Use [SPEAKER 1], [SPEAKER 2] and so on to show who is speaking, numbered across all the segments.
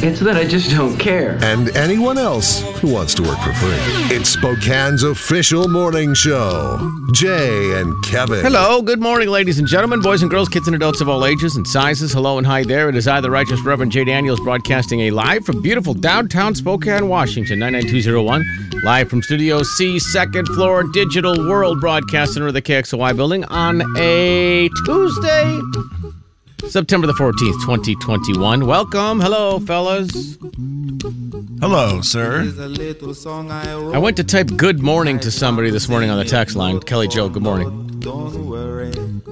[SPEAKER 1] it's that I just don't care.
[SPEAKER 2] and anyone else who wants to work for free. It's Spokane's official morning show. Jay and Kevin.
[SPEAKER 3] Hello, good morning, ladies and gentlemen, boys and girls, kids and adults of all ages and sizes. Hello and hi there. It is I, the Righteous Reverend Jay Daniels, broadcasting a live from beautiful downtown Spokane, Washington, 99201. Live from Studio C, second floor, Digital World, broadcast center of the KXOY building on a Tuesday, September the 14th, 2021. Welcome. Hello, fellas.
[SPEAKER 4] Hello, sir.
[SPEAKER 3] I went to type good morning to somebody this morning on the text line. Kelly Joe, good morning.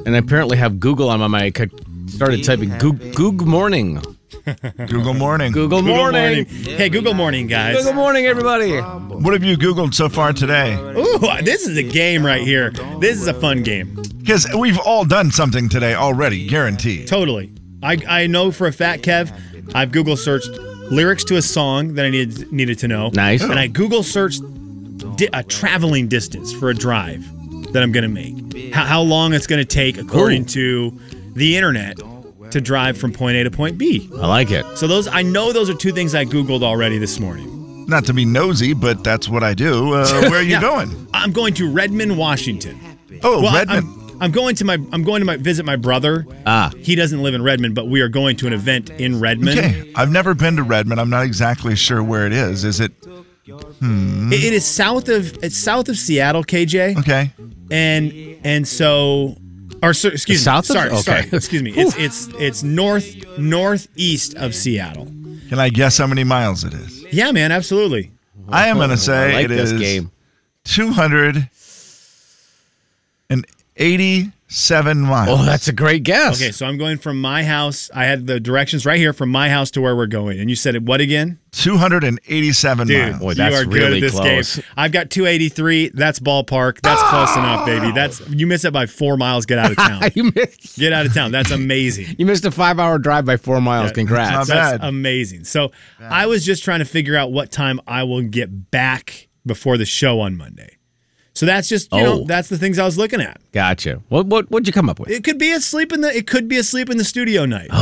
[SPEAKER 3] And I apparently have Google on my mic. I started typing Goog, Goog morning.
[SPEAKER 4] Google morning.
[SPEAKER 3] Google morning.
[SPEAKER 5] Hey, Google morning, guys.
[SPEAKER 3] Google morning, everybody.
[SPEAKER 4] What have you Googled so far today?
[SPEAKER 5] Ooh, this is a game right here. This is a fun game.
[SPEAKER 4] Because we've all done something today already, guaranteed.
[SPEAKER 5] Totally. I, I know for a fact, Kev, I've Google searched lyrics to a song that I needed needed to know.
[SPEAKER 3] Nice.
[SPEAKER 5] And I Google searched di- a traveling distance for a drive that I'm going to make. How, how long it's going to take, according to the internet, to drive from point A to point B.
[SPEAKER 3] I like it.
[SPEAKER 5] So those I know those are two things I Googled already this morning.
[SPEAKER 4] Not to be nosy, but that's what I do. Uh, where are you
[SPEAKER 5] Yeah.
[SPEAKER 4] going?
[SPEAKER 5] I'm going to Redmond, Washington.
[SPEAKER 4] Oh,
[SPEAKER 5] Well, I-
[SPEAKER 4] Redmond.
[SPEAKER 5] I'm, I'm going to my I'm going to my visit my brother.
[SPEAKER 3] Ah.
[SPEAKER 5] He doesn't live in Redmond, but we are going to an event in Redmond.
[SPEAKER 4] okay. I've never been to Redmond. I'm not exactly sure where it is. Is it Mm-hmm.
[SPEAKER 5] It- it is south of it's south of Seattle, KJ.
[SPEAKER 4] okay?
[SPEAKER 5] And and so or so, excuse me.
[SPEAKER 3] South of-
[SPEAKER 5] sorry,
[SPEAKER 3] okay.
[SPEAKER 5] sorry. Excuse me. It's it's it's north northeast of Seattle.
[SPEAKER 4] Can I guess how many miles it is?
[SPEAKER 5] Yeah, man, absolutely.
[SPEAKER 4] I am going to say
[SPEAKER 3] I like
[SPEAKER 4] it
[SPEAKER 3] this
[SPEAKER 4] is
[SPEAKER 3] game.
[SPEAKER 4] 287 miles.
[SPEAKER 3] Oh, that's a great guess.
[SPEAKER 5] Okay, so I'm going from my house. I had the directions right here from my house to where we're going. And you said it what again?
[SPEAKER 4] 287
[SPEAKER 5] Dude,
[SPEAKER 4] miles.
[SPEAKER 3] Boy, that's
[SPEAKER 5] you are good
[SPEAKER 3] really
[SPEAKER 5] at this
[SPEAKER 3] close.
[SPEAKER 5] game. I've got 283. That's ballpark. That's close enough, baby. That's you miss it by four miles. Get out of town.
[SPEAKER 3] you, missed,
[SPEAKER 5] Get out of town. That's amazing.
[SPEAKER 3] you missed a five hour drive by four miles. Congrats.
[SPEAKER 4] not bad.
[SPEAKER 5] That's amazing. So I was just trying to figure out what time I will get back before the show on Monday. So that's just you
[SPEAKER 3] Oh.
[SPEAKER 5] know that's the things I was looking at.
[SPEAKER 3] Gotcha. What, what, what'd you come up with?
[SPEAKER 5] It could be a sleep in the it could be a sleep in the studio night, Sunday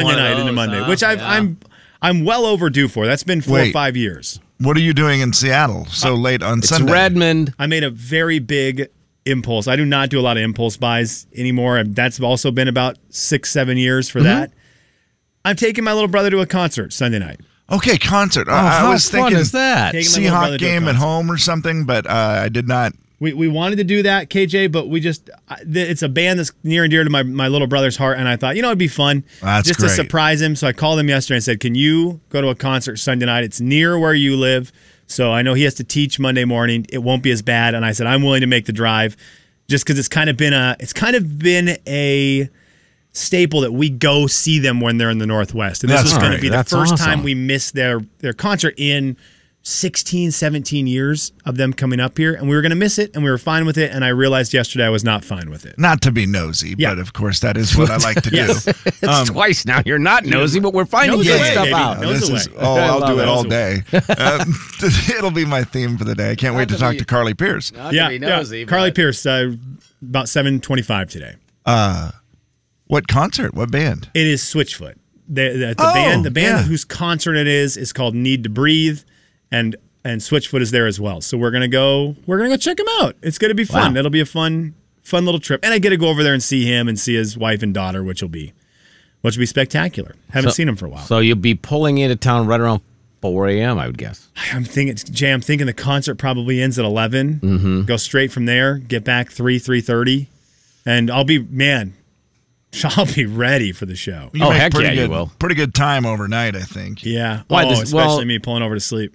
[SPEAKER 3] Oh, one of
[SPEAKER 5] night into
[SPEAKER 3] those,
[SPEAKER 5] Monday,
[SPEAKER 3] huh?
[SPEAKER 5] which I've,
[SPEAKER 3] Yeah.
[SPEAKER 5] I'm I'm well overdue for. That's been four
[SPEAKER 4] Wait.
[SPEAKER 5] or five years.
[SPEAKER 4] What are you doing in Seattle so late on
[SPEAKER 3] it's
[SPEAKER 4] Sunday?
[SPEAKER 3] Redmond.
[SPEAKER 5] I made a very big impulse. I do not do a lot of impulse buys anymore. and That's also been about six, seven years
[SPEAKER 4] Mm-hmm.
[SPEAKER 5] for that. I'm taking my little brother to a concert Sunday night.
[SPEAKER 4] Okay, concert.
[SPEAKER 3] Oh,
[SPEAKER 4] Uh-huh. I, I
[SPEAKER 3] how
[SPEAKER 4] was
[SPEAKER 3] fun
[SPEAKER 4] thinking
[SPEAKER 3] is that?
[SPEAKER 5] Taking my little
[SPEAKER 4] Seahawk
[SPEAKER 5] brother to a
[SPEAKER 4] game at
[SPEAKER 5] concert.
[SPEAKER 4] home or something, but uh, I did not.
[SPEAKER 5] We, we wanted to do that, KJ, but we just, I- th- it's a band that's near and dear to my, my little brother's heart. And I thought, you know, it'd be fun
[SPEAKER 4] That's
[SPEAKER 5] just to
[SPEAKER 4] great.
[SPEAKER 5] surprise him. So I called him yesterday and said, can you go to a concert Sunday night? It's near where you live. So I know he has to teach Monday morning. It won't be as bad. And I said, I'm willing to make the drive just because it's kind of been a, it's kind of been a staple that we go see them when they're in the Northwest. And this
[SPEAKER 4] That's
[SPEAKER 5] was going
[SPEAKER 4] great.
[SPEAKER 5] to be the
[SPEAKER 3] That's
[SPEAKER 5] first
[SPEAKER 3] awesome.
[SPEAKER 5] time we missed their, their concert in 16, 17 years of them coming up here, and we were going to miss it, and we were fine with it. And I realized yesterday I was not fine with it.
[SPEAKER 4] Not to be nosy,
[SPEAKER 5] Yeah.
[SPEAKER 4] but of course that is what I like to do.
[SPEAKER 5] Yes.
[SPEAKER 3] It's
[SPEAKER 4] um,
[SPEAKER 3] twice now. You're not nosy, but we're finding
[SPEAKER 5] Nose
[SPEAKER 3] good
[SPEAKER 5] away,
[SPEAKER 3] stuff
[SPEAKER 5] baby.
[SPEAKER 3] out.
[SPEAKER 4] this
[SPEAKER 5] Nose
[SPEAKER 4] is,
[SPEAKER 5] away.
[SPEAKER 4] oh,
[SPEAKER 3] I
[SPEAKER 4] I'll
[SPEAKER 3] love
[SPEAKER 4] do
[SPEAKER 3] it.
[SPEAKER 4] it all
[SPEAKER 5] Nose
[SPEAKER 4] day. Um, it'll be my theme for the day. I can't wait to
[SPEAKER 3] to
[SPEAKER 4] talk
[SPEAKER 3] be-
[SPEAKER 4] to Carly Pierce.
[SPEAKER 3] Not
[SPEAKER 5] yeah,
[SPEAKER 3] to be
[SPEAKER 5] yeah.
[SPEAKER 3] nosy, but-
[SPEAKER 5] Carly Pierce, uh, about seven twenty-five today.
[SPEAKER 4] What concert? What band?
[SPEAKER 5] It is Switchfoot. The, the, the
[SPEAKER 4] Oh,
[SPEAKER 5] band, the band
[SPEAKER 4] yeah.
[SPEAKER 5] whose concert it is, is called Need to Breathe, and and Switchfoot is there as well. So we're gonna go, we're gonna go check him out. It's gonna be fun.
[SPEAKER 3] Wow.
[SPEAKER 5] It'll be a fun, fun little trip, and I get to go over there and see him and see his wife and daughter, which will be, which will be spectacular. Haven't seen him for a while.
[SPEAKER 3] So you'll be pulling into town right around 4 a.m., I would guess.
[SPEAKER 5] I'm thinking, Jay. I'm thinking the concert probably ends at 11.
[SPEAKER 3] Mm-hmm.
[SPEAKER 5] Go straight from there. Get back three, three thirty, and I'll be man. I'll be ready for the show.
[SPEAKER 4] You
[SPEAKER 3] Oh,
[SPEAKER 4] make
[SPEAKER 3] heck
[SPEAKER 4] pretty
[SPEAKER 3] yeah, you
[SPEAKER 4] good,
[SPEAKER 3] will.
[SPEAKER 4] Pretty good time overnight, I think.
[SPEAKER 5] Yeah.
[SPEAKER 3] Why
[SPEAKER 5] oh,
[SPEAKER 3] does-
[SPEAKER 5] especially
[SPEAKER 3] well-
[SPEAKER 5] me pulling over to sleep.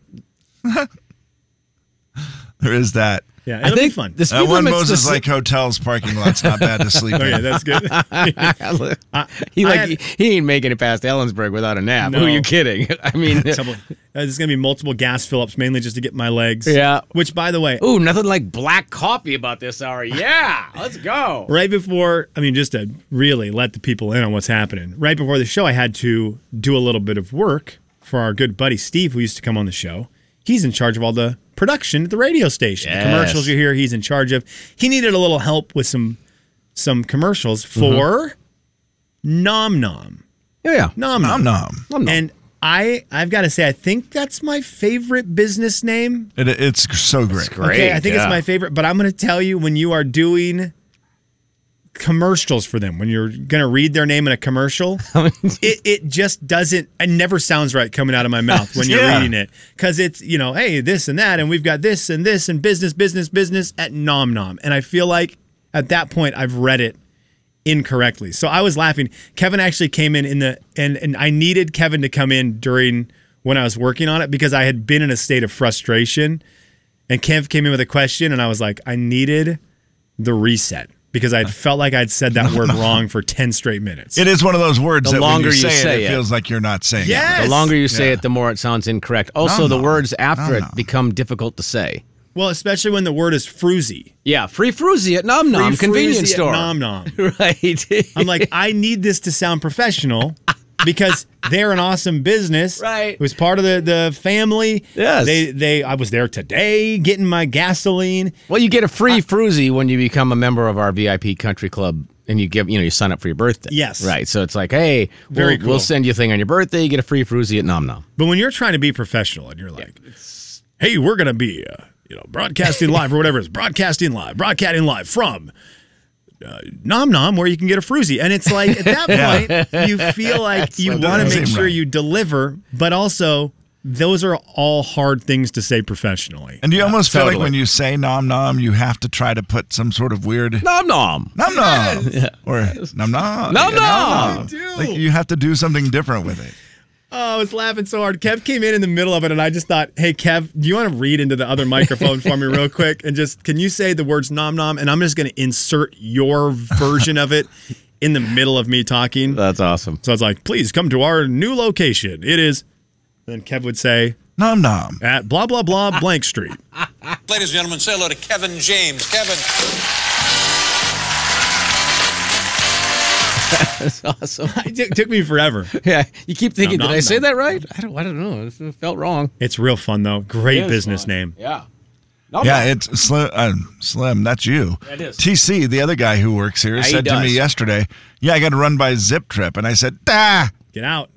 [SPEAKER 4] There is that.
[SPEAKER 5] Yeah,
[SPEAKER 3] I
[SPEAKER 5] it'll
[SPEAKER 3] think
[SPEAKER 5] be fun.
[SPEAKER 3] The speed
[SPEAKER 4] That one
[SPEAKER 3] limit's
[SPEAKER 4] Moses
[SPEAKER 3] the-
[SPEAKER 4] like hotels parking lots not bad to sleep
[SPEAKER 5] okay,
[SPEAKER 4] in.
[SPEAKER 5] Oh, that's good.
[SPEAKER 3] he
[SPEAKER 5] I
[SPEAKER 3] like
[SPEAKER 5] had-
[SPEAKER 3] he, he ain't making it past Ellensburg without a nap. Who are
[SPEAKER 5] No.
[SPEAKER 3] you kidding? I mean,
[SPEAKER 5] Double- uh, There's going to be multiple gas fill-ups, mainly just to get my legs.
[SPEAKER 3] Yeah.
[SPEAKER 5] Which, by the way,
[SPEAKER 3] ooh, nothing like black coffee about this hour. Yeah, let's go.
[SPEAKER 5] right before, I mean, just to really let the people in on what's happening, right before the show, I had to do a little bit of work for our good buddy Steve, who used to come on the show. He's in charge of all the production at the radio station. The
[SPEAKER 3] Yes.
[SPEAKER 5] commercials you hear, he's in charge of. He needed a little help with some some commercials for
[SPEAKER 3] Mm-hmm.
[SPEAKER 5] Nom Nom.
[SPEAKER 3] Yeah, yeah.
[SPEAKER 5] Nom
[SPEAKER 4] Nom
[SPEAKER 5] Nom.
[SPEAKER 4] nom.
[SPEAKER 3] Nom.
[SPEAKER 5] And I, I've got to say, I think that's my favorite business name.
[SPEAKER 4] It, it's so great.
[SPEAKER 5] Okay, I think
[SPEAKER 3] yeah.
[SPEAKER 5] it's my favorite, but I'm going to tell you when you are doing commercials for them, when you're going to read their name in a commercial, it, it just doesn't, it never sounds right coming out of my mouth when you're
[SPEAKER 4] Yeah.
[SPEAKER 5] reading it. Because it's, you know, hey, this and that, and we've got this and this and business, business, business at Nom Nom. And I feel like at that point, I've read it incorrectly. So I was laughing. Kevin actually came in in the and and I needed Kevin to come in during when I was working on it because I had been in a state of frustration. And Kev came in with a question and I was like, I needed the reset because I felt like I'd said that word wrong for 10 straight minutes.
[SPEAKER 4] Uh, It is one of those words
[SPEAKER 3] The
[SPEAKER 4] that
[SPEAKER 3] longer
[SPEAKER 4] when
[SPEAKER 3] you
[SPEAKER 4] you say,
[SPEAKER 3] say
[SPEAKER 4] it,
[SPEAKER 3] it.
[SPEAKER 4] it feels like you're not saying
[SPEAKER 5] Yes!
[SPEAKER 4] it.
[SPEAKER 3] The longer you say
[SPEAKER 4] Yeah.
[SPEAKER 3] it, the more it sounds incorrect. Also, the
[SPEAKER 4] no.
[SPEAKER 3] words after
[SPEAKER 4] No,
[SPEAKER 3] it
[SPEAKER 4] no.
[SPEAKER 3] become difficult to say.
[SPEAKER 5] well, especially when the word is froozy.
[SPEAKER 3] Yeah, free froozy at Nom Nom
[SPEAKER 5] Free
[SPEAKER 3] convenience
[SPEAKER 5] froozy at
[SPEAKER 3] store.
[SPEAKER 5] Nom nom.
[SPEAKER 3] right.
[SPEAKER 5] I'm like, I need this to sound professional because they're an awesome business.
[SPEAKER 3] Right.
[SPEAKER 5] It was part of the, the family.
[SPEAKER 3] Yes.
[SPEAKER 5] They they I was there today getting my gasoline.
[SPEAKER 3] well, you get a free froozy when you become a member of our VIP country club and you give, you know, you sign up for your birthday.
[SPEAKER 5] Yes.
[SPEAKER 3] Right. So it's like, hey,
[SPEAKER 5] Very
[SPEAKER 3] we'll, we'll
[SPEAKER 5] cool.
[SPEAKER 3] send you a thing on your birthday. You get a free froozy at Nom Nom.
[SPEAKER 5] But when you're trying to be professional and you're like, hey, we're gonna be uh, you know broadcasting live or whatever it's broadcasting live, broadcasting live from. Uh, nom nom, where you can get a froozy, and it's like at that point you feel like you
[SPEAKER 3] what
[SPEAKER 5] want
[SPEAKER 4] it
[SPEAKER 5] to make
[SPEAKER 4] is.
[SPEAKER 5] sure you deliver, but also those are all hard things to say professionally.
[SPEAKER 4] And do you almost feel like
[SPEAKER 3] totally.
[SPEAKER 4] when you say nom nom, you have to try to put some sort of weird
[SPEAKER 3] Nom Nom.
[SPEAKER 4] nom nom or nom nom
[SPEAKER 3] Nom nom.
[SPEAKER 4] uh, Like you have to do something different with it.
[SPEAKER 5] Oh, I was laughing so hard. Kev came in in the middle of it, and I just thought, hey, Kev, do you want to read into the other microphone for me real quick? And just, can you say the words nom nom? And I'm just going to insert your version of it in the middle of me talking.
[SPEAKER 3] That's awesome.
[SPEAKER 5] So I was like, please come to our new location. It is. Then Kev would say,
[SPEAKER 4] Nom nom.
[SPEAKER 5] at blah, blah, blah, blank street.
[SPEAKER 6] Ladies and gentlemen, say hello to Kevin James. Kevin.
[SPEAKER 3] That's awesome.
[SPEAKER 5] It took- took me forever.
[SPEAKER 3] yeah. You keep thinking,
[SPEAKER 5] Nom
[SPEAKER 3] did I
[SPEAKER 5] Nom
[SPEAKER 3] say
[SPEAKER 5] Nom.
[SPEAKER 3] that right? I don't, I don't know. It felt wrong.
[SPEAKER 5] It's real fun, though. Great
[SPEAKER 3] It is
[SPEAKER 5] business
[SPEAKER 3] fun.
[SPEAKER 5] name.
[SPEAKER 3] Yeah. Nom
[SPEAKER 4] Yeah,
[SPEAKER 3] Nom.
[SPEAKER 4] it's slim. Uh, slim, that's you.
[SPEAKER 3] That is.
[SPEAKER 4] TC, the other guy who works here,
[SPEAKER 3] Yeah, he
[SPEAKER 4] said to me
[SPEAKER 3] does.
[SPEAKER 4] yesterday, "Yeah, I got to run by Zip Trip," and I said, "Ah."
[SPEAKER 5] Get out.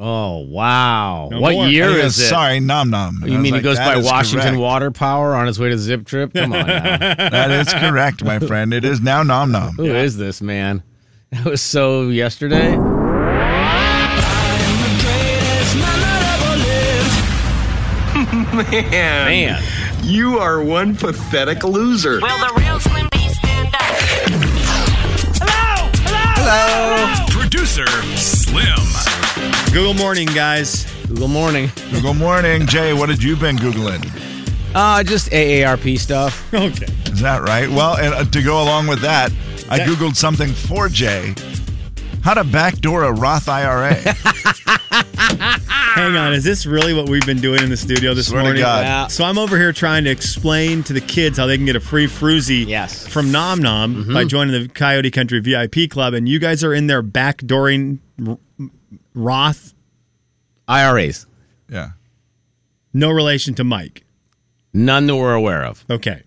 [SPEAKER 3] Oh wow!
[SPEAKER 5] No
[SPEAKER 3] what
[SPEAKER 5] more.
[SPEAKER 3] year
[SPEAKER 4] And he
[SPEAKER 3] is
[SPEAKER 4] goes,
[SPEAKER 3] it? Oh,
[SPEAKER 4] Sorry, nom nom. And I
[SPEAKER 3] You
[SPEAKER 4] was
[SPEAKER 3] mean he
[SPEAKER 4] like,
[SPEAKER 3] goes
[SPEAKER 4] "That
[SPEAKER 3] by
[SPEAKER 4] is
[SPEAKER 3] Washington
[SPEAKER 4] correct.
[SPEAKER 3] Water Power on his way to the Zip Trip? Come on, now.
[SPEAKER 4] That is correct, my friend. It is now nom nom.
[SPEAKER 3] who is this man? That was so yesterday. Man,
[SPEAKER 7] You are one pathetic loser.
[SPEAKER 8] Will the real Slim B stand up? Hello! Hello! Hello!
[SPEAKER 9] Producer Slim.
[SPEAKER 5] Google morning, guys.
[SPEAKER 3] Google morning.
[SPEAKER 4] Google morning, Jay. What had you been googling?
[SPEAKER 3] Uh, just AARP stuff.
[SPEAKER 5] Okay.
[SPEAKER 4] Is that right? Well, and uh, to go along with that, I
[SPEAKER 5] That-
[SPEAKER 4] googled something for Jay. How to backdoor a Roth IRA?
[SPEAKER 5] Hang on, is this really what we've been doing in the studio this
[SPEAKER 4] Swear to
[SPEAKER 5] morning?
[SPEAKER 4] God.
[SPEAKER 3] Yeah.
[SPEAKER 5] So I'm over here trying to explain to the kids how they can get a free froozy
[SPEAKER 3] Yes. Mm-hmm.
[SPEAKER 5] from Nom Nom by joining the Coyote Country VIP Club, and you guys are in there backdooring R- Roth,
[SPEAKER 3] IRAs,
[SPEAKER 4] yeah.
[SPEAKER 5] no relation to Mike.
[SPEAKER 3] none that we're aware of.
[SPEAKER 5] Okay,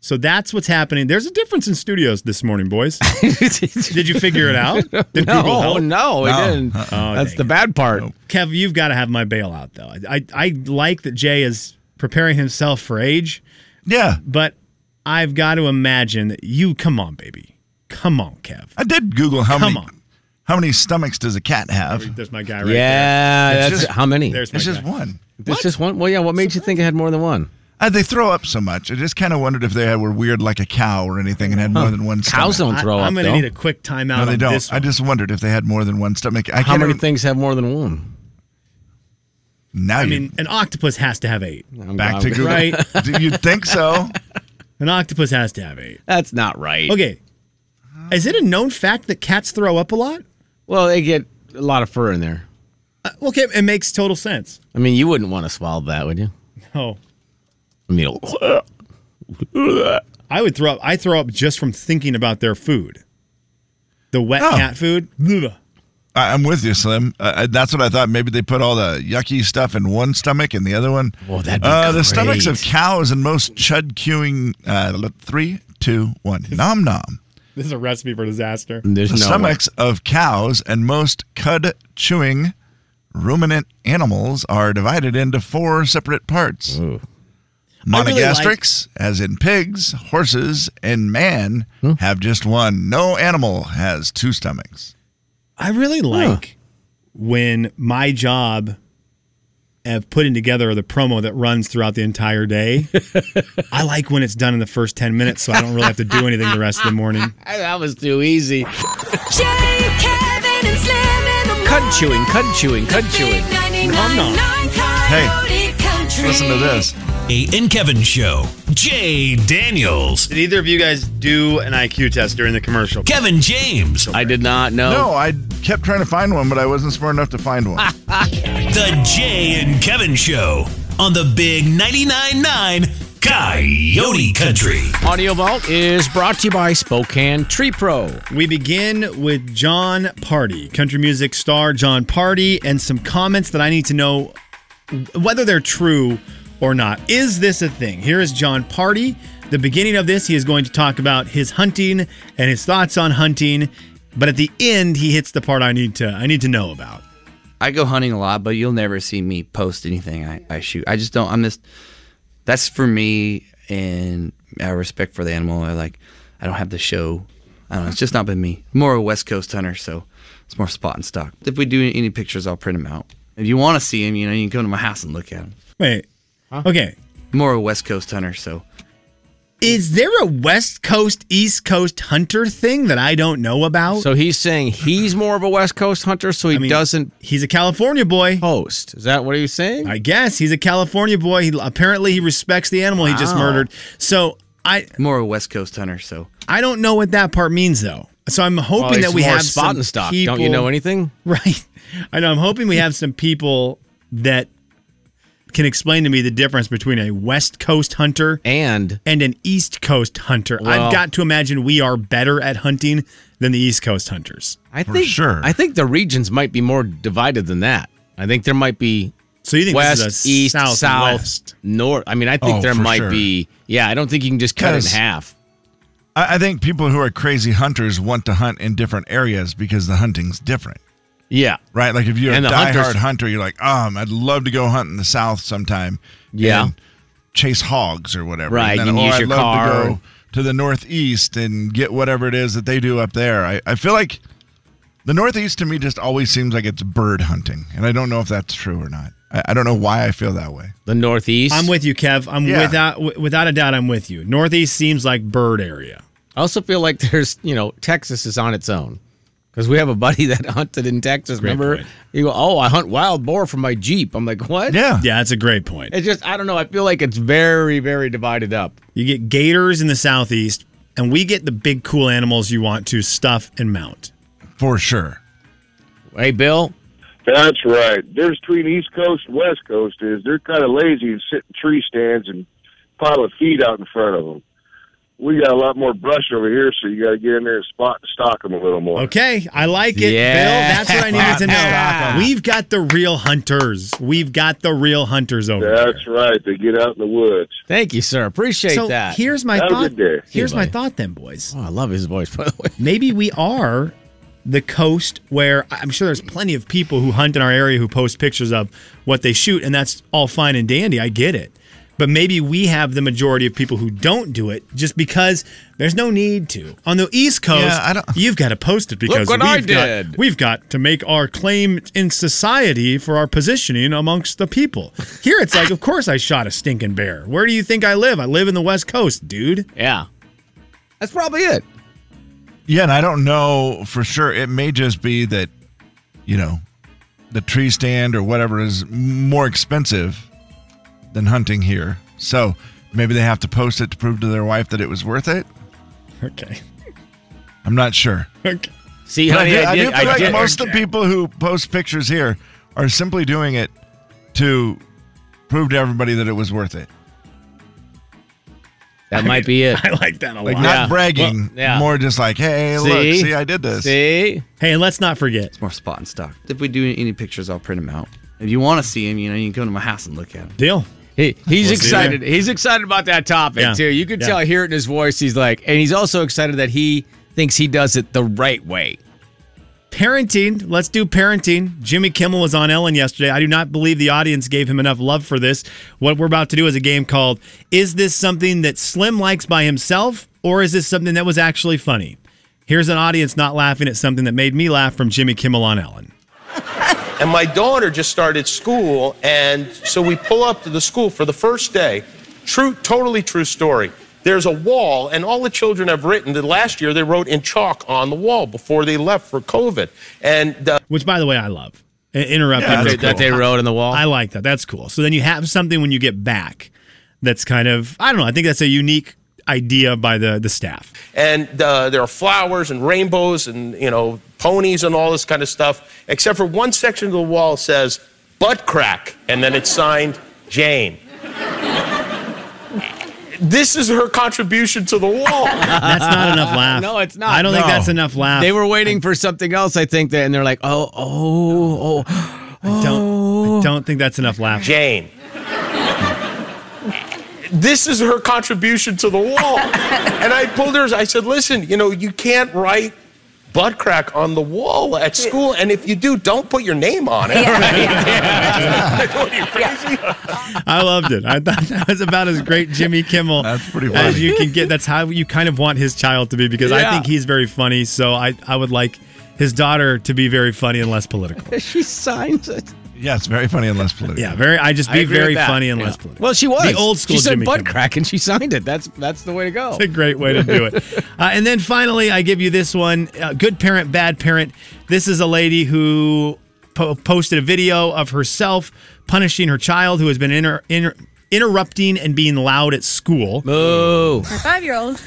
[SPEAKER 5] so that's what's happening. There's a difference in studios this morning, boys. Did you figure it out? Did Google
[SPEAKER 3] no,
[SPEAKER 5] help?
[SPEAKER 3] no, it
[SPEAKER 4] No.
[SPEAKER 3] didn't. That's
[SPEAKER 5] dang
[SPEAKER 3] the
[SPEAKER 5] it.
[SPEAKER 3] bad part.
[SPEAKER 5] Kev, you've got to have my bailout though. I, I I like that Jay is preparing himself for age.
[SPEAKER 4] Yeah.
[SPEAKER 5] but I've got to imagine that you come on, baby. Come on, Kev.
[SPEAKER 4] I did Google how
[SPEAKER 5] Come
[SPEAKER 4] many
[SPEAKER 5] on.
[SPEAKER 4] how many stomachs does a cat have?
[SPEAKER 5] There's my guy right there.
[SPEAKER 3] yeah,
[SPEAKER 4] It's
[SPEAKER 3] that's
[SPEAKER 4] just-
[SPEAKER 3] how many?
[SPEAKER 5] There's my
[SPEAKER 4] It's just
[SPEAKER 5] guy.
[SPEAKER 4] one.
[SPEAKER 3] There's just one. Well, yeah. What made you think it had more than one?
[SPEAKER 4] Uh, they throw up so much. I just kind of wondered if they were weird like a cow or anything and had more than one stomach.
[SPEAKER 3] Cows don't
[SPEAKER 5] I,
[SPEAKER 3] throw up.
[SPEAKER 5] am going to
[SPEAKER 3] though.
[SPEAKER 5] need a quick timeout.
[SPEAKER 4] No, they
[SPEAKER 5] on
[SPEAKER 4] don't.
[SPEAKER 5] This
[SPEAKER 4] I
[SPEAKER 5] one.
[SPEAKER 4] just wondered if they had more than one stomach. I
[SPEAKER 3] How
[SPEAKER 4] can't
[SPEAKER 3] many
[SPEAKER 4] even-
[SPEAKER 3] things have more than one?
[SPEAKER 4] Now
[SPEAKER 5] I
[SPEAKER 4] you
[SPEAKER 5] mean, an octopus has to have eight.
[SPEAKER 3] I'm
[SPEAKER 4] back to
[SPEAKER 3] gone.
[SPEAKER 4] Google.
[SPEAKER 5] Right.
[SPEAKER 4] Do you think so?
[SPEAKER 5] An octopus has to have eight.
[SPEAKER 3] That's not right.
[SPEAKER 5] Okay. Is it a known fact that cats throw up a lot?
[SPEAKER 3] Well, they get a lot of fur in there.
[SPEAKER 5] Uh, okay, it makes total sense.
[SPEAKER 3] I
[SPEAKER 5] Oh,
[SPEAKER 3] mean, you wouldn't want to swallow that, would you?
[SPEAKER 5] No.
[SPEAKER 3] I mean,
[SPEAKER 5] I would throw up. I throw up just from thinking about their food. The wet
[SPEAKER 4] Oh.
[SPEAKER 5] cat food. Ugh.
[SPEAKER 4] I, I'm with you, Slim. Uh, Uh, that's what I thought. Maybe they put all the yucky stuff in one stomach and the other one.
[SPEAKER 3] Well, that'd be
[SPEAKER 4] uh, the stomachs of
[SPEAKER 3] great.
[SPEAKER 4] cows and most chud queuing. Uh, look, three, two, one. Nom nom.
[SPEAKER 5] This is a recipe for disaster.
[SPEAKER 3] there's
[SPEAKER 4] the
[SPEAKER 3] no
[SPEAKER 4] stomachs of cows and most cud chewing ruminant animals are divided into four separate parts
[SPEAKER 3] Ooh.
[SPEAKER 5] really like-
[SPEAKER 4] monogastrics as in pigs horses and man
[SPEAKER 3] Hmm?
[SPEAKER 4] have just one no animal has two stomachs
[SPEAKER 5] I really like when my job of putting together the promo that runs throughout the entire day. I like when it's done in the first 10 minutes so I don't really have to do anything the rest of the morning.
[SPEAKER 3] That was too easy.
[SPEAKER 8] Jay, Kevin, and Slim in the
[SPEAKER 3] Cud chewing, cud chewing, cud chewing.
[SPEAKER 4] Hey,
[SPEAKER 8] Hey,
[SPEAKER 4] listen to this
[SPEAKER 9] A and Kevin Show. Jay Daniels.
[SPEAKER 10] Did either of you guys do an IQ test during the commercial?
[SPEAKER 9] Kevin James.
[SPEAKER 3] I did not know.
[SPEAKER 4] no i kept trying to find one but i wasn't smart enough to find
[SPEAKER 3] Ah.
[SPEAKER 4] one
[SPEAKER 9] The Jay and Kevin Show on the Big 99.9 9 Coyote Country.
[SPEAKER 3] Audio Vault is brought to you by Spokane Tree Pro.
[SPEAKER 5] We begin with John Party, country music star John Party, and some comments that I need to know whether they're true or not. Is this a thing? Here is John Party. The beginning of this, he is going to talk about his hunting and his thoughts on hunting, but at the end, he hits the part I need to I need to know about.
[SPEAKER 11] I go hunting a lot, but you'll never see me post anything I, I shoot. I just don't. I'm just. That's for me and I have respect for the animal. I like. I don't have the show. I don't know. It's just not been me. I'm more a West Coast hunter, so it's more spot and stock. If we do any pictures, I'll print them out. If you want to see them, you know, you can come to my house and look at them.
[SPEAKER 5] Wait. Okay.
[SPEAKER 11] More a West Coast hunter, so
[SPEAKER 5] Is there a West Coast, East Coast hunter thing that I don't know about?
[SPEAKER 3] So he's saying he's more of a West Coast hunter, so he
[SPEAKER 5] mean,
[SPEAKER 3] doesn't
[SPEAKER 5] He's a California boy.
[SPEAKER 3] post. Is that what he's saying?
[SPEAKER 5] I guess he's a California boy. He apparently he respects the animal he just
[SPEAKER 3] Wow.
[SPEAKER 5] murdered. So I
[SPEAKER 11] more a West Coast hunter, so
[SPEAKER 5] I don't know what that part means though. So I'm
[SPEAKER 3] Well,
[SPEAKER 5] hoping
[SPEAKER 3] it's
[SPEAKER 5] that we
[SPEAKER 3] more
[SPEAKER 5] have
[SPEAKER 3] spot
[SPEAKER 5] some
[SPEAKER 3] and stock.
[SPEAKER 5] people,
[SPEAKER 3] Don't you know anything?
[SPEAKER 5] Right. I know. I'm hoping we have some people that can explain to me the difference between a West Coast hunter
[SPEAKER 3] And
[SPEAKER 5] and an East Coast hunter.
[SPEAKER 3] Well-
[SPEAKER 5] I've got to imagine we are better at hunting than the East Coast hunters.
[SPEAKER 3] I think
[SPEAKER 4] sure.
[SPEAKER 3] I think the regions might be more divided than that. I think there might be
[SPEAKER 5] So you think
[SPEAKER 3] west,
[SPEAKER 5] this is a
[SPEAKER 3] east,
[SPEAKER 5] south,
[SPEAKER 3] south,
[SPEAKER 5] west?
[SPEAKER 3] north. I mean, I think
[SPEAKER 4] Oh,
[SPEAKER 3] there
[SPEAKER 4] for
[SPEAKER 3] might
[SPEAKER 4] sure.
[SPEAKER 3] be. Yeah, I don't think you can just cut it in
[SPEAKER 4] 'Cause-
[SPEAKER 3] half.
[SPEAKER 4] I, I think people who are crazy hunters want to hunt in different areas because the hunting's different
[SPEAKER 3] Yeah,
[SPEAKER 4] Right? Like if you're
[SPEAKER 3] And
[SPEAKER 4] a
[SPEAKER 3] the hunters-
[SPEAKER 4] diehard hunter, you're like, um, I'd love to go hunt in the south sometime.
[SPEAKER 3] Yeah.
[SPEAKER 4] and chase hogs or whatever. And
[SPEAKER 3] Right, you
[SPEAKER 4] then,
[SPEAKER 3] can
[SPEAKER 4] oh,
[SPEAKER 3] use
[SPEAKER 4] I'd
[SPEAKER 3] your
[SPEAKER 4] love
[SPEAKER 3] car.
[SPEAKER 4] to go to the northeast and get whatever it is that they do up there. I, I feel like the northeast to me just always seems like it's bird hunting. And I don't know if that's true or not. I, I don't know why I feel that way.
[SPEAKER 3] the northeast.
[SPEAKER 5] I'm with you, Kev. I'm
[SPEAKER 4] Yeah.
[SPEAKER 5] without w- without a doubt. I'm with you. Northeast seems like bird area.
[SPEAKER 3] I also feel like there's, you know, Texas is on its own because we have a buddy that hunted in Texas.
[SPEAKER 5] Great
[SPEAKER 3] remember,
[SPEAKER 5] point.
[SPEAKER 3] you go, oh, I hunt wild boar from my Jeep. I'm like, what?
[SPEAKER 4] Yeah.
[SPEAKER 5] Yeah, that's a great point.
[SPEAKER 3] It's just, I don't know. I feel like it's very, very divided up.
[SPEAKER 5] You get gators in the southeast, and we get the big cool animals you want to stuff and mount.
[SPEAKER 4] For sure.
[SPEAKER 3] Hey, Bill,
[SPEAKER 12] That's right. There's between East Coast and West Coast is they're kind of lazy and sit in tree stands and pile of feed out in front of them. We got a lot more brush over here, so you got to get in there and spot stock them a little more.
[SPEAKER 5] Okay, I like it,
[SPEAKER 3] Yeah.
[SPEAKER 5] Bill. That's what I needed to know. We've got the real hunters. We've got the real hunters over
[SPEAKER 12] That's right. They get out in the woods.
[SPEAKER 3] thank you, sir. Appreciate
[SPEAKER 5] there. So
[SPEAKER 3] that.
[SPEAKER 5] here's my
[SPEAKER 12] Have a
[SPEAKER 5] thought.
[SPEAKER 12] good day.
[SPEAKER 5] Here's
[SPEAKER 3] See you,
[SPEAKER 5] my
[SPEAKER 3] buddy.
[SPEAKER 5] thought, then, boys.
[SPEAKER 3] oh, I love his voice, by the way.
[SPEAKER 5] Maybe we are the coast where I'm sure there's plenty of people who hunt in our area who post pictures of what they shoot, and that's all fine and dandy. I get it. But maybe we have the majority of people who don't do it just because there's no need to. On the East Coast,
[SPEAKER 4] Yeah, I don't-
[SPEAKER 5] you've got to post it because
[SPEAKER 3] what
[SPEAKER 5] we've,
[SPEAKER 3] I
[SPEAKER 5] got,
[SPEAKER 3] did.
[SPEAKER 5] we've got to make our claim in society for our positioning amongst the people. Here it's like, of course I shot a stinking bear. Where do you think I live? I live in the West Coast, dude.
[SPEAKER 3] Yeah. That's probably it.
[SPEAKER 4] Yeah, and I don't know for sure. It may just be that, you know, the tree stand or whatever is more expensive than hunting here. So Maybe they have to post it to prove to their wife that it was worth it.
[SPEAKER 5] Okay.
[SPEAKER 4] I'm not sure.
[SPEAKER 5] Okay.
[SPEAKER 3] See,
[SPEAKER 4] But I
[SPEAKER 3] honey,
[SPEAKER 4] do,
[SPEAKER 3] I
[SPEAKER 4] I do
[SPEAKER 3] did-
[SPEAKER 4] feel
[SPEAKER 3] I
[SPEAKER 4] like
[SPEAKER 3] did-
[SPEAKER 4] most of the people who post pictures here are simply doing it to prove to everybody that it was worth it.
[SPEAKER 3] That might be it.
[SPEAKER 5] I like that a
[SPEAKER 4] Like
[SPEAKER 5] lot.
[SPEAKER 4] not
[SPEAKER 5] Yeah.
[SPEAKER 4] bragging,
[SPEAKER 5] Well, yeah.
[SPEAKER 4] more just like, hey, look, see, I did this.
[SPEAKER 3] See?
[SPEAKER 5] Hey, and let's not forget. It's
[SPEAKER 11] more spot and stock. If we do any pictures, I'll print them out. If you want to see them, you know, you can come to my house and look at them.
[SPEAKER 5] Deal.
[SPEAKER 3] He, he's
[SPEAKER 11] We'll see you
[SPEAKER 3] excited. He's excited about that topic
[SPEAKER 11] Yeah.
[SPEAKER 3] too. You can
[SPEAKER 11] Yeah.
[SPEAKER 3] tell, hear it in his voice. He's like, and he's also excited that he thinks he does it the right way.
[SPEAKER 5] Parenting. Let's do parenting. Jimmy Kimmel was on Ellen yesterday. I do not believe the audience gave him enough love for this. What we're about to do is a game called Is This Something That Slim Likes by Himself, or Is This Something That Was Actually Funny? Here's an audience not laughing at something that made me laugh from Jimmy Kimmel on Ellen.
[SPEAKER 13] And my daughter just started school, and so we pull up to the school for the first day. True, totally true story. There's a wall, and all the children have written that last year they wrote in chalk on the wall before they left for COVID. And uh,
[SPEAKER 5] which, by the way, I love. I- Interrupt
[SPEAKER 3] Yeah,
[SPEAKER 5] you.
[SPEAKER 3] that's That they cool. wrote on the wall.
[SPEAKER 5] I like that. That's cool. So then you have something when you get back. That's kind of I don't know. I think that's a unique idea by the the staff.
[SPEAKER 13] and uh, there are flowers and rainbows and you know ponies and all this kind of stuff. Except for one section of the wall says butt crack, and then it's signed Jane. this is her contribution to the wall.
[SPEAKER 5] That's not enough laugh.
[SPEAKER 3] No, it's not.
[SPEAKER 5] I don't think that's enough laugh.
[SPEAKER 3] They were waiting for something else, I think, there, and they're like, oh, oh, oh.
[SPEAKER 5] I don't. I don't think that's enough laugh.
[SPEAKER 13] Jane. this is her contribution to the wall. and I pulled her, I said, listen, you know, you can't write butt crack on the wall at school. And if you do, don't put your name on it. What are you, crazy?
[SPEAKER 5] I loved it. I thought that was about as great Jimmy Kimmel as you can get. That's how you kind of want his child to be because I
[SPEAKER 3] Yeah.
[SPEAKER 5] think he's very funny. So I, I would like his daughter to be very funny and less political.
[SPEAKER 3] she signs it.
[SPEAKER 4] Yeah, it's very funny and less political.
[SPEAKER 5] Yeah, very. I just
[SPEAKER 3] I
[SPEAKER 5] be
[SPEAKER 3] agree with
[SPEAKER 5] very
[SPEAKER 3] that.
[SPEAKER 5] funny and
[SPEAKER 3] Yeah.
[SPEAKER 5] less political.
[SPEAKER 3] Well, she was.
[SPEAKER 5] the old school.
[SPEAKER 3] She said
[SPEAKER 5] Jimmy
[SPEAKER 3] butt
[SPEAKER 5] Kimmel.
[SPEAKER 3] crack, and she signed it. That's that's the way to go.
[SPEAKER 5] It's a great way to do it. Uh, and then finally, I give you this one: uh, good parent, bad parent. This is a lady who po- posted a video of herself punishing her child who has been inter- inter- interrupting and being loud at school.
[SPEAKER 3] Boo!
[SPEAKER 14] My five year old,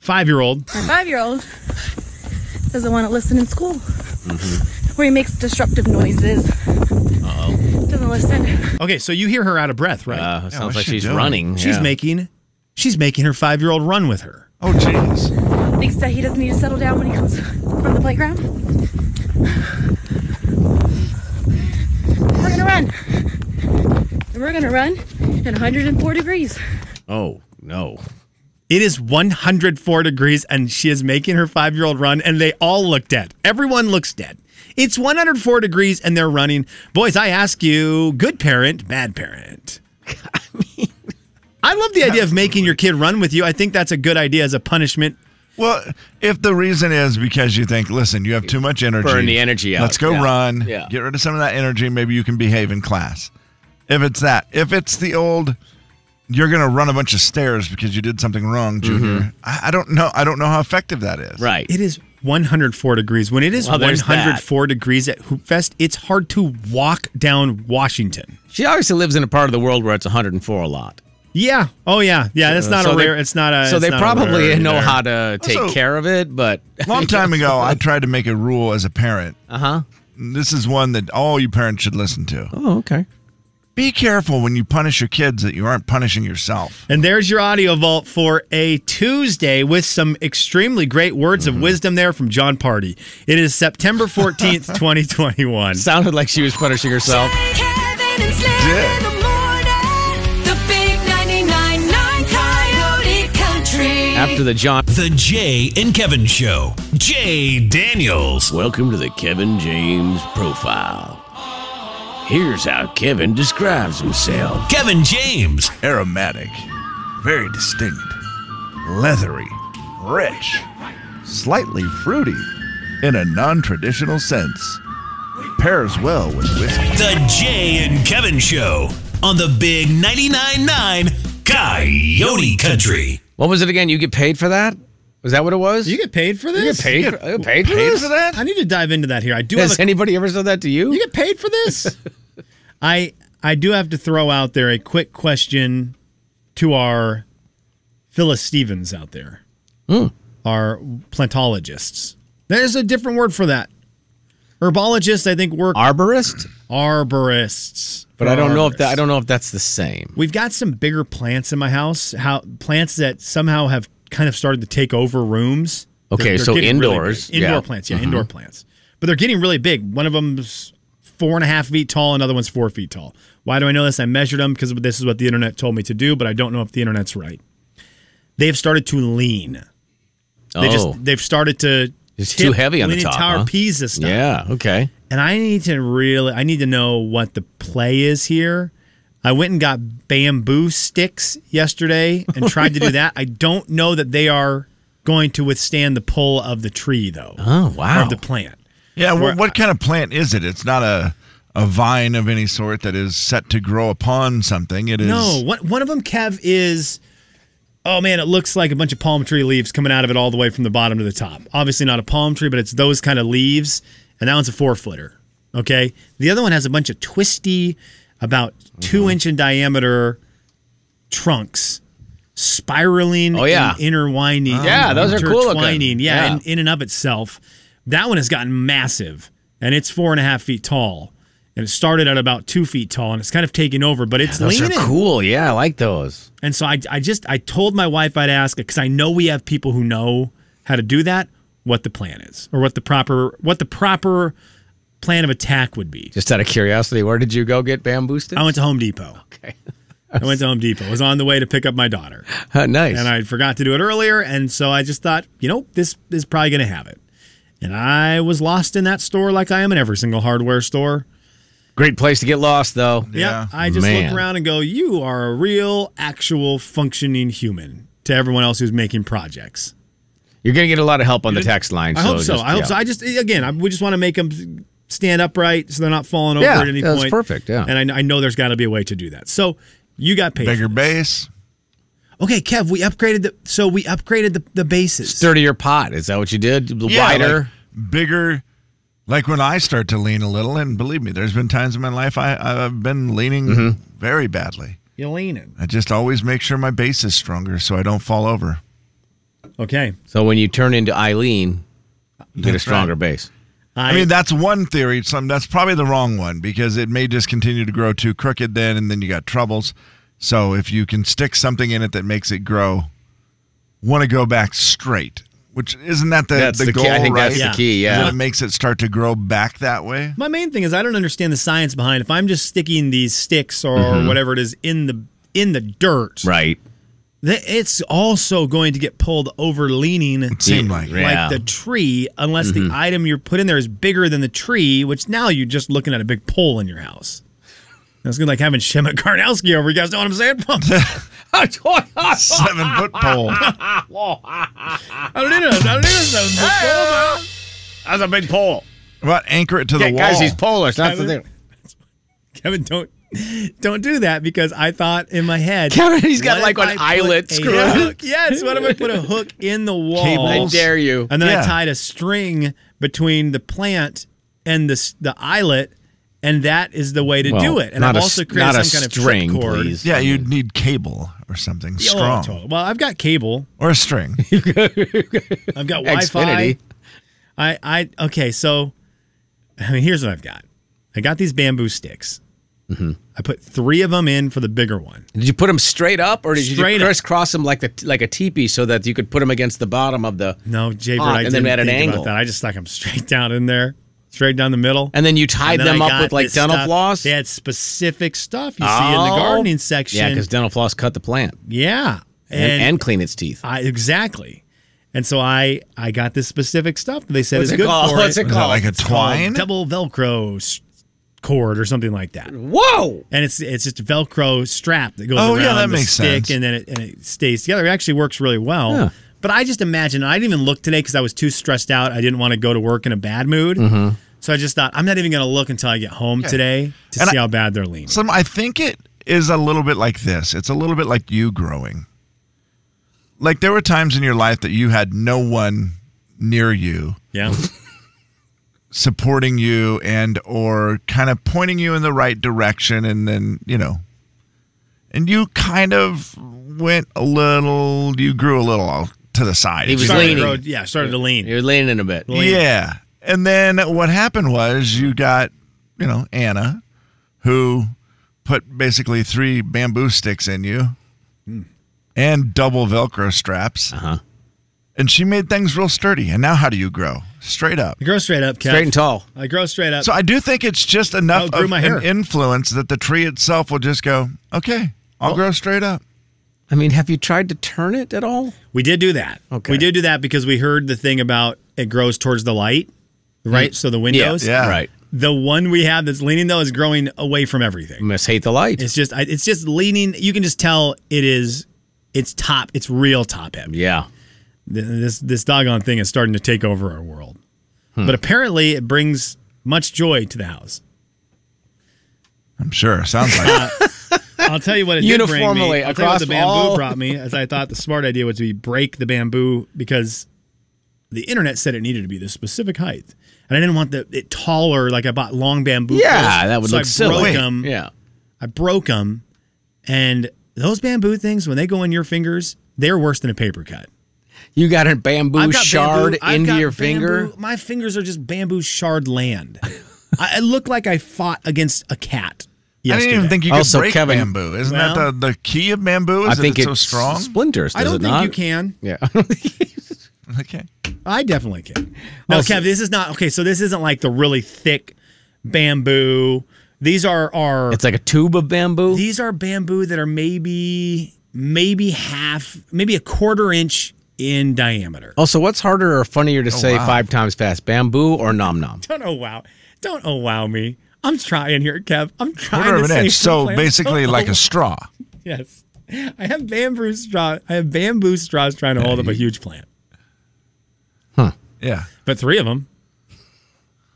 [SPEAKER 5] Five year old.
[SPEAKER 14] my five year old doesn't want to listen in school
[SPEAKER 4] Mm-hmm.
[SPEAKER 14] where he makes disruptive noises.
[SPEAKER 5] Uh-oh.
[SPEAKER 14] Doesn't listen.
[SPEAKER 5] Okay, so you hear her out of breath, right? Oh,
[SPEAKER 3] Uh, sounds what's like she she's doing? running,
[SPEAKER 5] She's
[SPEAKER 3] yeah.
[SPEAKER 5] making, she's making her five year old run with her.
[SPEAKER 4] Oh jeez.
[SPEAKER 14] Thinks that he doesn't need to settle down when he comes from the playground. We're gonna run. And We're gonna run at 104 degrees.
[SPEAKER 3] Oh no.
[SPEAKER 5] It is 104 degrees, and she is making her five year old run, and they all look dead. Everyone looks dead. It's 104 degrees, and they're running. Boys, I ask you, good parent, bad parent. I love the idea of making your kid run with you. I think that's a good idea as a punishment.
[SPEAKER 4] Well, if the reason is because you think, listen, you have too much energy.
[SPEAKER 3] Burn the energy out.
[SPEAKER 4] Let's go
[SPEAKER 3] Yeah.
[SPEAKER 4] run.
[SPEAKER 3] Yeah.
[SPEAKER 4] Get rid of some of that energy. Maybe you can behave in class. If it's that. If it's the old, you're going to run a bunch of stairs because you did something wrong, Junior. I, I don't know. I don't know how effective that is.
[SPEAKER 3] Mm-hmm. Right.
[SPEAKER 5] It is 104 degrees. When it is
[SPEAKER 4] Well, there's
[SPEAKER 5] 104 degrees at Hoop Fest, it's hard to walk down Washington.
[SPEAKER 3] She obviously lives in a part of the world where it's 104 a lot.
[SPEAKER 5] Yeah. Oh yeah. Yeah. That's not
[SPEAKER 3] So
[SPEAKER 5] a
[SPEAKER 3] they-
[SPEAKER 5] rare. it's not a.
[SPEAKER 3] So
[SPEAKER 5] it's
[SPEAKER 3] they
[SPEAKER 5] not a
[SPEAKER 3] probably
[SPEAKER 5] rarity
[SPEAKER 3] know
[SPEAKER 5] there.
[SPEAKER 3] how to take
[SPEAKER 4] Also-
[SPEAKER 3] care of it, but
[SPEAKER 4] Long time ago, I tried to make a rule as a parent. Uh
[SPEAKER 3] huh.
[SPEAKER 4] This is one that all you parents should listen to.
[SPEAKER 3] Uh-huh. Oh, okay.
[SPEAKER 4] Be careful when you punish your kids that you aren't punishing yourself.
[SPEAKER 5] And there's your audio vault for a Tuesday with some extremely great words
[SPEAKER 3] Mm-hmm.
[SPEAKER 5] of wisdom there from John Party. It is September 14th, 2021.
[SPEAKER 3] Sounded like she was punishing herself.
[SPEAKER 8] Kevin and Slim in the morning. The big 99.9 Coyote Country.
[SPEAKER 3] After the John.
[SPEAKER 9] The Jay and Kevin Show. Jay Daniels.
[SPEAKER 15] Welcome to the Kevin James Profile. Here's how Kevin describes himself
[SPEAKER 9] Kevin James.
[SPEAKER 4] Aromatic. Very distinct. Leathery. Rich. Slightly fruity. In a non traditional sense. Pairs well with whiskey.
[SPEAKER 9] The Jay and Kevin Show on the Big 99.9 9 Coyote Country.
[SPEAKER 3] What was it again? You get paid for that? Was that what it was? You
[SPEAKER 5] get paid for
[SPEAKER 3] You get
[SPEAKER 5] this?
[SPEAKER 3] paid,
[SPEAKER 5] You
[SPEAKER 3] for,
[SPEAKER 5] get
[SPEAKER 3] you get paid, for,
[SPEAKER 5] paid
[SPEAKER 3] this?
[SPEAKER 5] for that? I need to dive into that here. I do
[SPEAKER 3] Has
[SPEAKER 5] have a-
[SPEAKER 3] anybody ever said that to you? You
[SPEAKER 5] get paid for this? I I do have to throw out there a quick question to our Phyllis Stevens out there,
[SPEAKER 3] Hmm.
[SPEAKER 5] our plantologists. There's a different word for that. Herbologists, I think, work
[SPEAKER 3] arborist.
[SPEAKER 5] Arborists,
[SPEAKER 3] But I don't know if that I don't know if that's the same.
[SPEAKER 5] We've got some bigger plants in my house. How plants that somehow have kind of started to take over rooms.
[SPEAKER 3] Okay, so
[SPEAKER 5] getting really
[SPEAKER 3] indoors,
[SPEAKER 5] big. indoor
[SPEAKER 3] yeah.
[SPEAKER 5] plants, yeah,
[SPEAKER 3] Mhm.
[SPEAKER 5] indoor plants. But they're getting really big. One of them's four and a half feet tall. Another one's four feet tall. Why do I know this? I measured them because this is what the internet told me to do. But I don't know if the internet's right. They've started to lean. They
[SPEAKER 3] Oh.
[SPEAKER 5] just they've started to.
[SPEAKER 3] It's
[SPEAKER 5] tip
[SPEAKER 3] too leaning on the
[SPEAKER 5] Leaning
[SPEAKER 3] top.
[SPEAKER 5] Tower
[SPEAKER 3] huh?
[SPEAKER 5] Pisa style.
[SPEAKER 3] Yeah. Okay.
[SPEAKER 5] And I need to really, I need to know what the play is here. I went and got bamboo sticks yesterday and tried to do that. I don't know that they are going to withstand the pull of the tree, though.
[SPEAKER 3] Oh
[SPEAKER 5] Of the plant.
[SPEAKER 4] Yeah,
[SPEAKER 5] Where-
[SPEAKER 4] well, what kind of plant is it? It's not a a vine of any sort that is set to grow upon something. It is
[SPEAKER 5] No, one, one of them, Kev, is. Oh man, it looks like a bunch of palm tree leaves coming out of it all the way from the bottom to the top. Obviously, not a palm tree, but it's those kind of leaves. And that one's a four footer. Okay. The other one has a bunch of twisty, about 2
[SPEAKER 3] Mm-hmm.
[SPEAKER 5] inch in diameter trunks spiraling
[SPEAKER 3] Oh, yeah.
[SPEAKER 5] and interwining.
[SPEAKER 3] Yeah, those are cool looking.
[SPEAKER 5] intertwining, Yeah,
[SPEAKER 3] Yeah.
[SPEAKER 5] In, in and of itself. That one has gotten massive and it's four and a half feet tall. And it started at about two feet tall and it's kind of taken over, but it's
[SPEAKER 3] Those
[SPEAKER 5] leaning.
[SPEAKER 3] are cool. Yeah, I like those.
[SPEAKER 5] And so I, I just I told my wife I'd ask because I know we have people who know how to do that. What the plan is, or what the proper what the proper plan of attack would be.
[SPEAKER 3] Just out of curiosity, where did you go get bamboo sticks?
[SPEAKER 5] I went to Home Depot. Okay. I went to Home Depot. I was on the way to pick up my daughter.
[SPEAKER 3] Huh, nice.
[SPEAKER 5] And I forgot to do it earlier. And so I just thought, you know, this is probably going to have it. And I was lost in that store like I am in every single hardware store.
[SPEAKER 3] Great place to get lost, though.
[SPEAKER 5] Yeah. I just
[SPEAKER 3] Man.
[SPEAKER 5] look around and go, you are a real, actual, functioning human to everyone else who's making projects.
[SPEAKER 3] You're going to get a lot of help on the text line.
[SPEAKER 5] I hope so.
[SPEAKER 3] just-
[SPEAKER 5] I hope
[SPEAKER 3] yeah.
[SPEAKER 5] so. I just again, I, we just want to make them stand upright so they're not falling over
[SPEAKER 3] Yeah,
[SPEAKER 5] at any
[SPEAKER 3] yeah, that's
[SPEAKER 5] point.
[SPEAKER 3] perfect, yeah.
[SPEAKER 5] and I, I know there's got to be a way to do that. So you got paid
[SPEAKER 4] bigger base.
[SPEAKER 5] Okay, Kev, we upgraded the so we upgraded the, the bases.
[SPEAKER 3] Sturdier pot. Is that what you did?
[SPEAKER 4] Yeah,
[SPEAKER 3] Wider.
[SPEAKER 4] like bigger. Like when I start to lean a little, and believe me, there's been times in my life I, I've been leaning very badly.
[SPEAKER 5] You're leaning.
[SPEAKER 4] I just always make sure my base is stronger so I don't fall over.
[SPEAKER 5] Okay.
[SPEAKER 3] So when you turn into Eileen, you get a
[SPEAKER 4] That's
[SPEAKER 3] stronger
[SPEAKER 4] right.
[SPEAKER 3] base.
[SPEAKER 4] I, mean, that's one theory. Some that's probably the wrong one because it may just continue to grow too crooked then, and then you got troubles. So if you can stick something in it that makes it grow, want to go back straight, which isn't that the,
[SPEAKER 3] That's
[SPEAKER 4] the,
[SPEAKER 3] the key.
[SPEAKER 4] goal?
[SPEAKER 3] I think
[SPEAKER 4] right?
[SPEAKER 3] that's the Yeah. key, yeah.
[SPEAKER 4] That it makes it start to grow back that way.
[SPEAKER 5] My main thing is I don't understand the science behind if I'm just sticking these sticks or
[SPEAKER 3] Mm-hmm.
[SPEAKER 4] Mhm.
[SPEAKER 5] whatever it is in the in the dirt.
[SPEAKER 3] Right.
[SPEAKER 5] that It's also going to get pulled over leaning
[SPEAKER 4] seemed like it. Yeah.
[SPEAKER 5] the tree unless
[SPEAKER 4] Mhm.
[SPEAKER 3] Mm-hmm.
[SPEAKER 5] the item you're put in there is bigger than the tree, which now you're just looking at a big pole in your house. That's good like having Shema Karnowski over. You guys know what I'm saying?
[SPEAKER 4] Seven foot pole.
[SPEAKER 5] I don't need it. I don't need it. Seven foot pole, man.
[SPEAKER 3] That's a big pole.
[SPEAKER 4] How about anchor it to the
[SPEAKER 5] Yeah,
[SPEAKER 4] wall?
[SPEAKER 5] guys, he's
[SPEAKER 3] Polish. That's the
[SPEAKER 5] Kevin?
[SPEAKER 3] thing.
[SPEAKER 5] Kevin, don't don't do that because I thought in my head,
[SPEAKER 3] Kevin, he's got like
[SPEAKER 5] what if
[SPEAKER 3] an
[SPEAKER 5] I put
[SPEAKER 3] eyelet
[SPEAKER 5] a
[SPEAKER 3] screw.
[SPEAKER 5] hook- Yes, what if I put a hook in the wall?
[SPEAKER 3] Cables. I dare you.
[SPEAKER 5] And then
[SPEAKER 3] Yeah.
[SPEAKER 5] I tied a string between the plant and the s- the eyelet, and that is the way to
[SPEAKER 4] Well,
[SPEAKER 5] do it. And
[SPEAKER 4] not
[SPEAKER 5] I've
[SPEAKER 4] a
[SPEAKER 5] also
[SPEAKER 4] s-
[SPEAKER 5] created
[SPEAKER 4] not
[SPEAKER 5] some
[SPEAKER 4] a
[SPEAKER 5] kind of
[SPEAKER 4] string,
[SPEAKER 5] trip cord.
[SPEAKER 4] please. Yeah, you'd need cable or something
[SPEAKER 5] Yeah, well,
[SPEAKER 4] strong.
[SPEAKER 5] totally. Well, I've got cable.
[SPEAKER 4] Or a string.
[SPEAKER 5] I've got Wi-Fi.
[SPEAKER 4] Xfinity.
[SPEAKER 5] I I okay. So, I mean, here's what I've got. I got these bamboo sticks.
[SPEAKER 4] Mm-hmm.
[SPEAKER 5] I put three of them in for the bigger one.
[SPEAKER 3] Did you put them straight up, or did you
[SPEAKER 5] Straight
[SPEAKER 3] just
[SPEAKER 5] up.
[SPEAKER 3] crisscross them like the like a teepee so that you could put them against the bottom of the
[SPEAKER 5] No, Jay,
[SPEAKER 4] Ah,
[SPEAKER 5] Bird,
[SPEAKER 3] pot
[SPEAKER 5] I
[SPEAKER 3] and then
[SPEAKER 5] didn't
[SPEAKER 3] at an
[SPEAKER 5] think about
[SPEAKER 3] angle?
[SPEAKER 5] that. I just stuck them straight down in there, straight down the middle. And
[SPEAKER 3] then you tied
[SPEAKER 5] then
[SPEAKER 3] them
[SPEAKER 5] I
[SPEAKER 3] up
[SPEAKER 5] got
[SPEAKER 3] with, like,
[SPEAKER 5] this
[SPEAKER 3] dental
[SPEAKER 5] stuff-
[SPEAKER 3] floss?
[SPEAKER 5] They had specific stuff you see in the
[SPEAKER 3] Oh.
[SPEAKER 5] gardening section.
[SPEAKER 3] Yeah, because dental floss cut the plant
[SPEAKER 5] yeah,
[SPEAKER 3] and, and, clean its teeth.
[SPEAKER 5] I exactly. And so I I got this specific stuff that they said
[SPEAKER 3] What's
[SPEAKER 5] is
[SPEAKER 3] it
[SPEAKER 5] good
[SPEAKER 3] called?
[SPEAKER 5] for
[SPEAKER 3] What's it
[SPEAKER 5] It's
[SPEAKER 3] called? Like a
[SPEAKER 5] it's called
[SPEAKER 3] twine?
[SPEAKER 5] double Velcro s- cord or something like that.
[SPEAKER 3] Whoa!
[SPEAKER 5] And it's it's just a Velcro strap that goes
[SPEAKER 4] Oh,
[SPEAKER 5] around
[SPEAKER 4] yeah, that
[SPEAKER 5] the
[SPEAKER 4] makes
[SPEAKER 5] stick
[SPEAKER 4] sense.
[SPEAKER 5] and then it, and it stays together. It actually works really well.
[SPEAKER 3] Yeah.
[SPEAKER 5] But I just imagine I didn't even look today because I was too stressed out. I didn't want to go to work in a bad mood.
[SPEAKER 4] Mhm.
[SPEAKER 5] So I just thought I'm not even going to look until I get home
[SPEAKER 4] Okay.
[SPEAKER 5] today to
[SPEAKER 4] And
[SPEAKER 5] see
[SPEAKER 4] I-
[SPEAKER 5] how bad they're leaning.
[SPEAKER 4] Some I think it is a little bit like this. It's a little bit like you growing. Like there were times in your life that you had no one near you.
[SPEAKER 5] Yeah.
[SPEAKER 4] supporting you and or kind of pointing you in the right direction and then, you know, and you kind of went a little, you grew a little to the side.
[SPEAKER 3] He was
[SPEAKER 4] Started
[SPEAKER 3] leaning.
[SPEAKER 4] to grow-
[SPEAKER 5] yeah, started to lean.
[SPEAKER 3] He was leaning a bit.
[SPEAKER 4] Yeah. And then what happened was you got, you know, Anna, who put basically three bamboo sticks in you and double Velcro straps. Uh-huh. And she made things real sturdy. And now how do you grow? Straight up.
[SPEAKER 5] I grow straight up, Kev.
[SPEAKER 4] Straight and tall.
[SPEAKER 5] I grow straight up.
[SPEAKER 4] So I do think it's just enough
[SPEAKER 5] Outgrew
[SPEAKER 4] of
[SPEAKER 5] my hair.
[SPEAKER 4] an influence that the tree itself will just go, okay, I'll grow straight up.
[SPEAKER 3] I mean, have you tried to turn it at all?
[SPEAKER 5] We did do that. Okay. We did do that because we heard the thing about it grows towards the light, right?
[SPEAKER 3] Mm.
[SPEAKER 5] So the windows.
[SPEAKER 3] Yeah, yeah. Right.
[SPEAKER 5] The one we have that's leaning though is growing away from everything.
[SPEAKER 3] You must hate the light.
[SPEAKER 5] It's just I- it's just leaning. You can just tell it is it's top. It's real top heavy.
[SPEAKER 3] Yeah.
[SPEAKER 5] Th- This this doggone thing is starting to take over our world.
[SPEAKER 3] Hmm.
[SPEAKER 5] But apparently it brings much joy to the house.
[SPEAKER 4] I'm sure. Sounds like it.
[SPEAKER 5] I'll tell you what it did bring me.
[SPEAKER 3] Uniformly
[SPEAKER 5] I'll tell you what
[SPEAKER 3] across
[SPEAKER 5] the bamboo
[SPEAKER 3] all-
[SPEAKER 5] brought me, as I thought the smart idea was to be break the bamboo because the internet said it needed to be this specific height, and I didn't want the it taller. Like I bought long bamboo.
[SPEAKER 3] Yeah,
[SPEAKER 5] poles.
[SPEAKER 3] that would
[SPEAKER 5] so
[SPEAKER 3] look
[SPEAKER 5] I
[SPEAKER 3] silly.
[SPEAKER 5] Broke
[SPEAKER 3] Wait,
[SPEAKER 5] 'em. I broke them, and those bamboo things when they go in your fingers, they're worse than a paper cut.
[SPEAKER 3] You got a bamboo
[SPEAKER 5] I've got
[SPEAKER 3] shard
[SPEAKER 5] bamboo- I've
[SPEAKER 3] into
[SPEAKER 5] got
[SPEAKER 3] your finger.
[SPEAKER 5] bamboo- My fingers are just bamboo shard land. I, I look like I fought against a cat.
[SPEAKER 4] I didn't even
[SPEAKER 5] yesterday.
[SPEAKER 4] think you could break bamboo. Isn't
[SPEAKER 5] Well-
[SPEAKER 4] that the, the key of bamboo? Is
[SPEAKER 3] I
[SPEAKER 4] that
[SPEAKER 3] think
[SPEAKER 4] it's so
[SPEAKER 3] it's
[SPEAKER 4] strong?
[SPEAKER 3] splinters,
[SPEAKER 5] I
[SPEAKER 3] does
[SPEAKER 5] don't
[SPEAKER 3] it
[SPEAKER 5] think
[SPEAKER 3] not?
[SPEAKER 5] you can.
[SPEAKER 3] Yeah.
[SPEAKER 4] okay.
[SPEAKER 5] I definitely can. No,
[SPEAKER 3] Also-
[SPEAKER 5] Kev, this is not okay. So this isn't like the really thick bamboo. These are are
[SPEAKER 3] It's like a tube of bamboo.
[SPEAKER 5] these are bamboo that are maybe maybe half, maybe a quarter inch in diameter.
[SPEAKER 3] Also, what's harder or funnier to say
[SPEAKER 5] wow.
[SPEAKER 3] five times fast, bamboo or nom nom?
[SPEAKER 5] Don't oh wow, don't oh wow me. I'm trying here, Kev. I'm trying
[SPEAKER 4] Quarter
[SPEAKER 5] to
[SPEAKER 4] of an
[SPEAKER 5] say
[SPEAKER 4] inch. So
[SPEAKER 5] plants.
[SPEAKER 4] basically,
[SPEAKER 5] Don't
[SPEAKER 4] like
[SPEAKER 5] oh-
[SPEAKER 4] a straw.
[SPEAKER 5] yes. I have bamboo straw. I have bamboo straws trying to hold up a huge plant,
[SPEAKER 4] Yeah.
[SPEAKER 5] but three of them.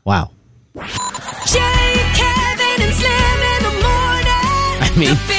[SPEAKER 3] Wow.
[SPEAKER 8] Jay, Kevin, and Slim in the morning.
[SPEAKER 3] I mean,
[SPEAKER 8] The